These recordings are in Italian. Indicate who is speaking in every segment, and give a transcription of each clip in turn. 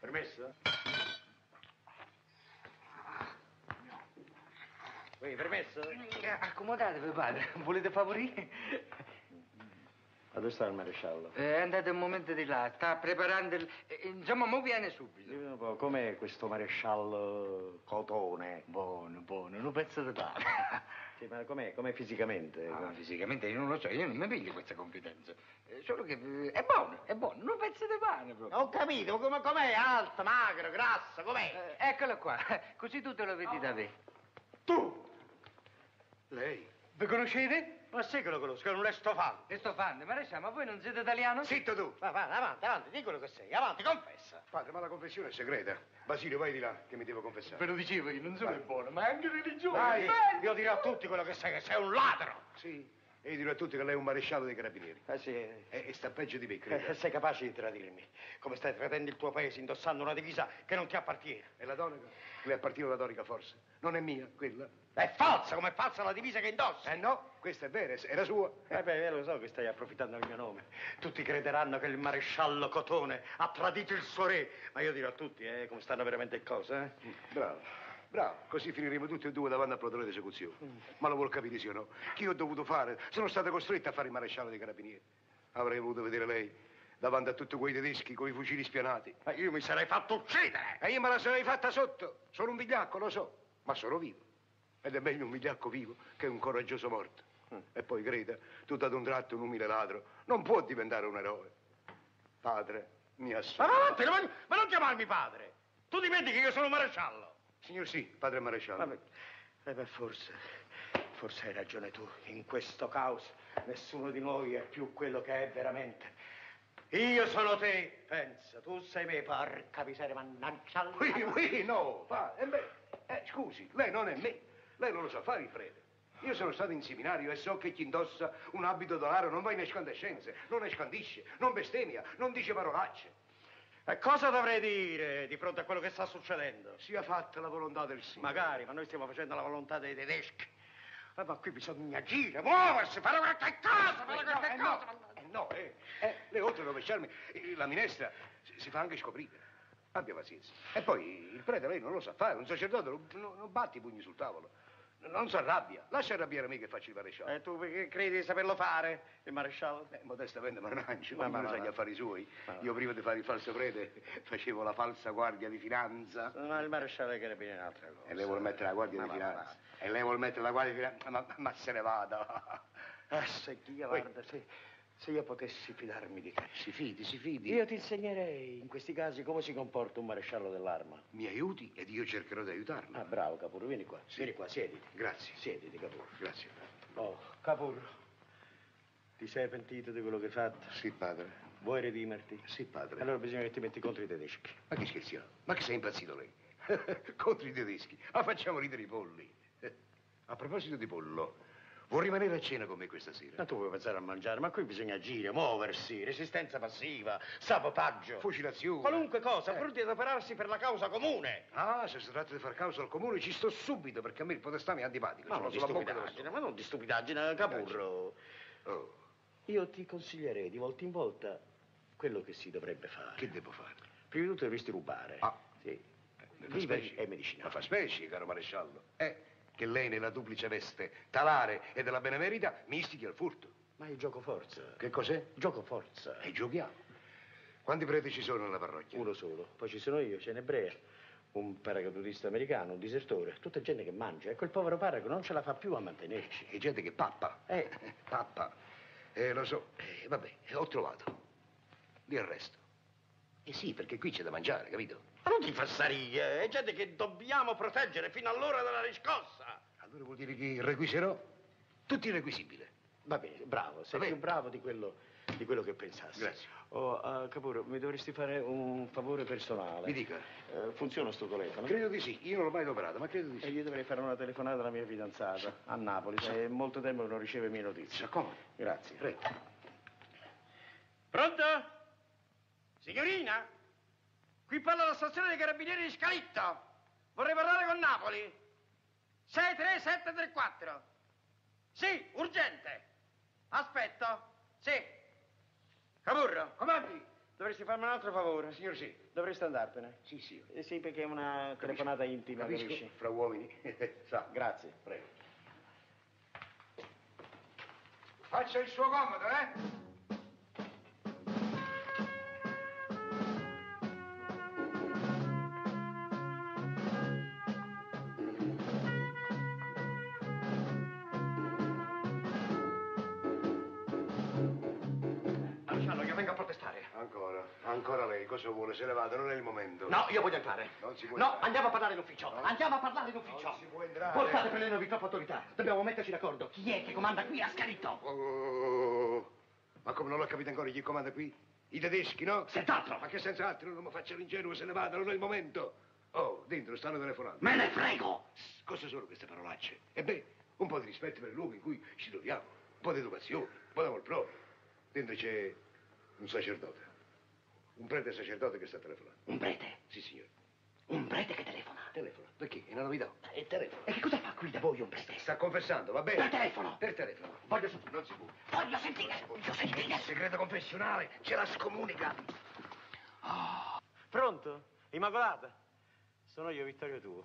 Speaker 1: Permesso? Voi, permesso?
Speaker 2: Eh, Accomodatevi, padre. Volete favorire?
Speaker 1: Dove sta il maresciallo?
Speaker 2: Eh, andate un momento di là. Sta preparando il... eh, Insomma, mo viene subito.
Speaker 1: Dimmi un po', com'è questo maresciallo Cotone?
Speaker 2: Buono, buono. Non penso di padre.
Speaker 1: Sì, ma com'è, com'è fisicamente?
Speaker 2: Ah, fisicamente io non lo so, io non mi piglio questa confidenza. Eh, Solo che eh, è buono, è buono, non pezzo di pane proprio.
Speaker 1: Ho capito, come, com'è? Alto, magro, grasso, com'è?
Speaker 2: Eh, eccolo qua, così tu te lo vedi da me.
Speaker 3: Eh,
Speaker 1: Tu! Lei?
Speaker 2: Vi conoscete?
Speaker 1: Ma sì che lo conosco, è un lestofante.
Speaker 2: E sto fan, ma adesso, ma voi non siete italiano?
Speaker 1: Zitto tu!
Speaker 3: Va, va, avanti, avanti, di quello che sei, avanti, confessa.
Speaker 4: Padre, ma la confessione è segreta. Basilio, vai di là, che mi devo confessare.
Speaker 2: Ve lo dicevo io, non solo è buono, ma è anche religioso.
Speaker 3: Vai,
Speaker 2: Bello!
Speaker 3: io dirò a tutti quello che sei, che sei un ladro.
Speaker 4: Sì. E io dirò a tutti che lei è un maresciallo dei carabinieri.
Speaker 3: Eh sì, eh,
Speaker 4: E, e sta peggio di me,
Speaker 3: eh,
Speaker 4: credo.
Speaker 3: sei capace di tradirmi, come stai tradendo il tuo paese indossando una divisa che non ti appartiene.
Speaker 4: E la donica? Le appartiene la donica, forse. Non è mia, quella?
Speaker 3: È falsa, come è falsa la divisa che indossi.
Speaker 4: Eh no, questa è vera, era sua.
Speaker 3: Eh beh, io lo so che stai approfittando del mio nome. Tutti crederanno che il maresciallo Cotone ha tradito il suo re. Ma io dirò a tutti, eh, come stanno veramente le cose, eh.
Speaker 4: Bravo, bravo. Così finiremo tutti e due davanti al plotone di esecuzione.
Speaker 3: Mm.
Speaker 4: Ma lo vuol capire, sì o no? Che io ho dovuto fare? Sono stato costretto a fare il maresciallo dei carabinieri. Avrei voluto vedere lei davanti a tutti quei tedeschi con i fucili spianati.
Speaker 3: Ma io mi sarei fatto uccidere.
Speaker 4: E io me la sarei fatta sotto. Sono un vigliacco, lo so, ma sono vivo. Ed è meglio un vigliacco vivo che un coraggioso morto.
Speaker 3: Mm.
Speaker 4: E poi, creda, tutto ad un tratto un umile ladro non può diventare un eroe. Padre, mi
Speaker 3: Ma va
Speaker 4: assolvo.
Speaker 3: avanti, ma, ma non chiamarmi padre. Tu dimentichi che io sono maresciallo.
Speaker 4: Signor sì, padre maresciallo.
Speaker 3: Vabbè, eh beh, forse, forse hai ragione tu. In questo caos nessuno di noi è più quello che è veramente. Io sono te, pensa, tu sei me, porca miseria, mannaggia. alla-
Speaker 4: Qui, qui, no, padre. Eh, beh, eh, scusi, lei non è me. Lei non lo sa fare il prete. Io sono stato in seminario e so che chi indossa un abito d'olaro non va in escandescenze, non escandisce, non bestemmia, non dice parolacce.
Speaker 3: E Eh, cosa dovrei dire di fronte a quello che sta succedendo?
Speaker 4: Sia fatta la volontà del Signore.
Speaker 3: Magari, ma noi stiamo facendo la volontà dei tedeschi. Eh, ma qui bisogna agire, muoversi, fare qualche cosa, fare qualche
Speaker 4: Eh, no,
Speaker 3: cosa.
Speaker 4: eh, no, eh, eh, lei oltre a rovesciarmi eh, la minestra si, si fa anche scoprire. Abbia pazienza. E poi il prete lei non lo sa fare, un sacerdote non, non- non batte i pugni sul tavolo. N- Non si arrabbia, lascia arrabbiare me che faccio il maresciallo.
Speaker 3: E Eh, tu che credi di saperlo fare, il maresciallo?
Speaker 4: Eh, modestamente mannaggia,
Speaker 3: Ma-
Speaker 4: ma
Speaker 3: ma-
Speaker 4: non sa
Speaker 3: ma-
Speaker 4: gli affari suoi.
Speaker 3: ma-
Speaker 4: Io prima di fare il falso prete facevo la falsa guardia di finanza.
Speaker 3: Ma il maresciallo dei carabinieri è un'altra cosa.
Speaker 4: E lei vuol mettere la guardia di
Speaker 3: Ma va, va.
Speaker 4: finanza. E lei vuol mettere la guardia di finanza. Ma, ma se ne vada.
Speaker 3: Ah, se Dio,
Speaker 4: Poi-
Speaker 3: guarda, se, se io potessi fidarmi di te.
Speaker 4: Si fidi, si fidi.
Speaker 3: Io ti insegnerei in questi casi come si comporta un maresciallo dell'arma.
Speaker 4: Mi aiuti ed io cercherò di aiutarla.
Speaker 3: Ah, bravo, Capur, vieni qua. Vieni qua, siediti.
Speaker 4: Grazie.
Speaker 3: Siediti, Capur.
Speaker 4: Grazie.
Speaker 3: Oh, Capur, ti sei pentito di quello che hai fatto?
Speaker 4: Sì, padre.
Speaker 3: Vuoi redimerti?
Speaker 4: Sì, padre.
Speaker 3: Allora bisogna che ti metti contro i tedeschi.
Speaker 4: Ma che scherziamo? Ma che sei impazzito lei? Contro i tedeschi. Ma facciamo ridere i polli. Eh, A proposito di pollo, vuol rimanere a cena con me questa sera?
Speaker 3: Ma tu vuoi pensare a mangiare, ma qui bisogna agire, muoversi, resistenza passiva, sabotaggio.
Speaker 4: Fucilazione.
Speaker 3: Qualunque cosa, pronti ad operarsi per la causa comune.
Speaker 4: Ah, se si tratta di far causa al comune, ci sto subito perché a me il potestà mi è antipatico.
Speaker 3: Ma
Speaker 4: Sono
Speaker 3: non di
Speaker 4: sulla bocca dello
Speaker 3: stupidaggine, ma non di stupidaggine, Capurro.
Speaker 4: stomaco. Oh,
Speaker 3: Io ti consiglierei di volta in volta quello che si dovrebbe fare.
Speaker 4: che devo fare?
Speaker 3: Prima di tutto dovresti rubare.
Speaker 4: Ah.
Speaker 3: Sì.
Speaker 4: Mi fa
Speaker 3: Viveri
Speaker 4: specie.
Speaker 3: e
Speaker 4: Ma
Speaker 3: medicinali.
Speaker 4: fa specie, caro maresciallo. Eh, che lei nella duplice veste talare e della benemerita mi istighi al furto.
Speaker 3: Ma il gioco forza.
Speaker 4: Che cos'è?
Speaker 3: Gioco forza.
Speaker 4: E giochiamo. Quanti preti ci sono nella parrocchia?
Speaker 3: Uno solo. Poi ci sono io, c'è un ebrea, un paracadutista americano, un disertore. Tutta gente che mangia. E quel povero parroco non ce la fa più a mantenerci.
Speaker 4: E gente che pappa.
Speaker 3: Eh.
Speaker 4: Pappa. Eh, lo so. Eh, vabbè, l'ho trovato. Li arresto. Eh sì, perché qui c'è da mangiare, capito?
Speaker 3: Ma non ti fassarie, è gente che dobbiamo proteggere fino all'ora della riscossa.
Speaker 4: Allora vuol dire che requiserò tutti i requisibili.
Speaker 3: Va bene, bravo, sei
Speaker 4: Va bene.
Speaker 3: più bravo di quello, di quello che pensassi.
Speaker 4: Grazie.
Speaker 3: Oh, eh, Capuro, mi dovresti fare un favore personale.
Speaker 4: Mi dica.
Speaker 3: Eh, funziona sto telefono?
Speaker 4: Credo di sì, io non l'ho mai operato, ma credo di
Speaker 3: E
Speaker 4: sì.
Speaker 3: io dovrei fare una telefonata alla mia fidanzata a Napoli. È molto tempo che non riceve mie
Speaker 4: Si
Speaker 3: notizie.
Speaker 4: accomodi.
Speaker 3: Grazie.
Speaker 4: Prego.
Speaker 3: Pronto? Signorina? Qui parla la stazione dei carabinieri di Scalitto. Vorrei parlare con Napoli. 63734. Sì, urgente. Aspetto. Sì. dovresti farmi un altro favore.
Speaker 4: Signor sì.
Speaker 3: Dovresti andartene.
Speaker 4: Sì, sì.
Speaker 3: Eh sì, perché è una telefonata intima,
Speaker 4: Capisco,
Speaker 3: capisci?
Speaker 4: Fra uomini. Sa.
Speaker 3: Grazie.
Speaker 4: Prego. Faccia il suo comodo, eh?
Speaker 2: Marciallo, io vengo a protestare.
Speaker 4: Ancora, ancora lei, cosa vuole? Se ne vada, non è il momento.
Speaker 2: No, io voglio entrare.
Speaker 4: Non si può
Speaker 2: No,
Speaker 4: entrare.
Speaker 2: andiamo a parlare in ufficio. Andiamo a parlare in ufficio.
Speaker 4: Non si può entrare.
Speaker 2: Voi state prendendovi troppa autorità. Dobbiamo metterci d'accordo. Chi è che comanda qui a Scaritto?
Speaker 4: Oh, oh, oh. Ma come non l'ho capito ancora chi comanda qui? I tedeschi, no?
Speaker 2: Senz'altro.
Speaker 4: Ma che senz'altro, non mi faccia l'ingenuo, se ne vada, non è il momento. Oh, dentro stanno telefonando.
Speaker 2: Me ne frego.
Speaker 4: Cosa sono queste parolacce? E beh, un po' di rispetto per il luogo in cui ci troviamo, un po' di educazione, un po' d'amor proprio. Dentro c'è un sacerdote, un prete sacerdote che sta telefonando.
Speaker 2: Un prete.
Speaker 4: Sì, signore.
Speaker 2: Un prete che telefona.
Speaker 4: Telefono. Perché? È una novità.
Speaker 2: E telefono. E che cosa fa qui da voi un prete?
Speaker 4: Sta confessando, va bene?
Speaker 2: Per telefono.
Speaker 4: Per telefono.
Speaker 2: Voglio sentire.
Speaker 4: Non si può.
Speaker 2: Voglio sentire. Voglio
Speaker 4: Il
Speaker 2: sentire.
Speaker 4: segreto confessionale ce la scomunica.
Speaker 3: Pronto? Immacolata? Sono io, Vittorio tuo.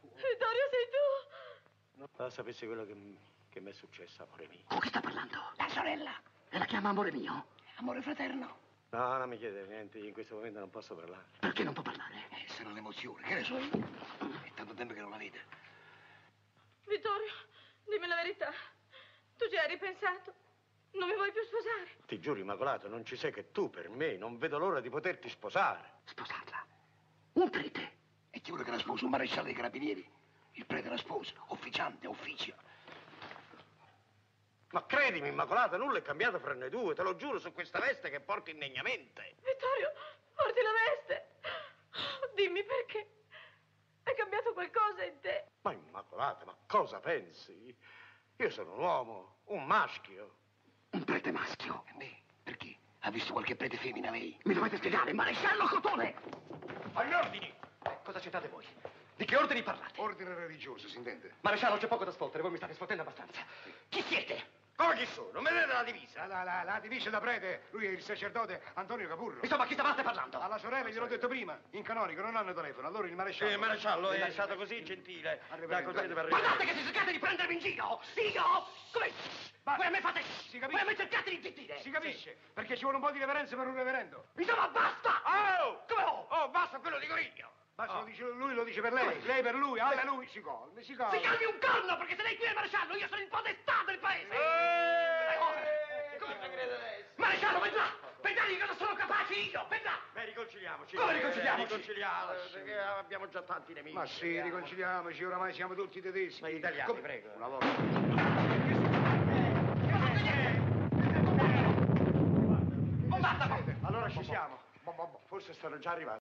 Speaker 5: Vittorio sei tu?
Speaker 3: Non sapessi quello che, m- che mi è successo, amore mio.
Speaker 2: Con chi sta parlando? La sorella. E la chiama amore mio? Amore fraterno.
Speaker 3: No, non mi chiede niente, in questo momento non posso parlare.
Speaker 2: Perché non può parlare? Mm.
Speaker 4: Eh, sarà un'emozione, che ne so io? È tanto tempo che non la vedo.
Speaker 5: Vittorio, dimmi la verità. Tu ci hai ripensato? Non mi vuoi più sposare?
Speaker 3: Ti giuro, Immacolato, non ci sei che tu per me. Non vedo l'ora di poterti sposare.
Speaker 2: Sposarla. Un prete.
Speaker 4: E chi vuole che la sposa? Un maresciallo dei carabinieri? Il prete la sposa, officiante, ufficio.
Speaker 3: Ma credimi, Immacolata, nulla è cambiato fra noi due, te lo giuro su questa veste che porto indegnamente.
Speaker 5: Vittorio, porti la veste. Dimmi perché. È cambiato qualcosa in te.
Speaker 3: Ma Immacolata, ma cosa pensi? Io sono un uomo, un maschio.
Speaker 2: Un prete maschio.
Speaker 4: E me? Perché? Ha visto qualche prete femmina lei?
Speaker 2: Mi dovete spiegare, maresciallo Cotone! Eh,
Speaker 3: Agli ordini!
Speaker 2: Cosa c'entrate voi? Di che ordini parlate?
Speaker 4: Ordine religioso, si intende?
Speaker 2: Maresciallo, c'è poco da sfottere, voi mi state sfottendo abbastanza. Chi siete?
Speaker 3: Come chi sono? Vedete la divisa?
Speaker 4: La, la, la, la divisa da prete, lui è il sacerdote Antonio Capurro.
Speaker 2: Insomma, chi stavate parlando?
Speaker 4: Alla sorella gliel'ho detto prima, in canonico non hanno telefono, allora il
Speaker 2: Eh,
Speaker 4: maresciallo...
Speaker 3: è stato così gentile
Speaker 4: da concedere per-
Speaker 2: Guardate che se cercate di prendermi in giro! Io! Come...
Speaker 4: Basta.
Speaker 2: Voi a me fate...
Speaker 4: Si capisce.
Speaker 2: Voi a me cercate di zittire!
Speaker 4: Si capisce, perché ci vuole un po' di reverenza per un reverendo.
Speaker 2: Insomma, basta!
Speaker 3: Oh!
Speaker 2: Come ho?
Speaker 3: Oh, basta, quello dico io!
Speaker 4: Ma se Ah, lo dice lui, lo dice per lei, lei per lui, alla lui, si calmi, si calmi.
Speaker 2: Si calmi un corno, perché se lei qui è il maresciallo, io sono il podestà del paese!
Speaker 3: Come crede lei?
Speaker 2: Maresciallo, vai là! Vedrai di cosa sono capace io! Vai là!
Speaker 3: Beh, riconciliamoci.
Speaker 2: Come riconciliamoci?
Speaker 3: Riconciliamoci, perché abbiamo già tanti nemici.
Speaker 4: Ma sì, riconciliamoci, oramai siamo tutti tedeschi.
Speaker 3: Ma gli italiani,
Speaker 4: Come-
Speaker 3: prego.
Speaker 4: Una volta.
Speaker 2: Basta,
Speaker 4: Allora ci siamo. Boh, boh, boh, Forse stanno già arrivando.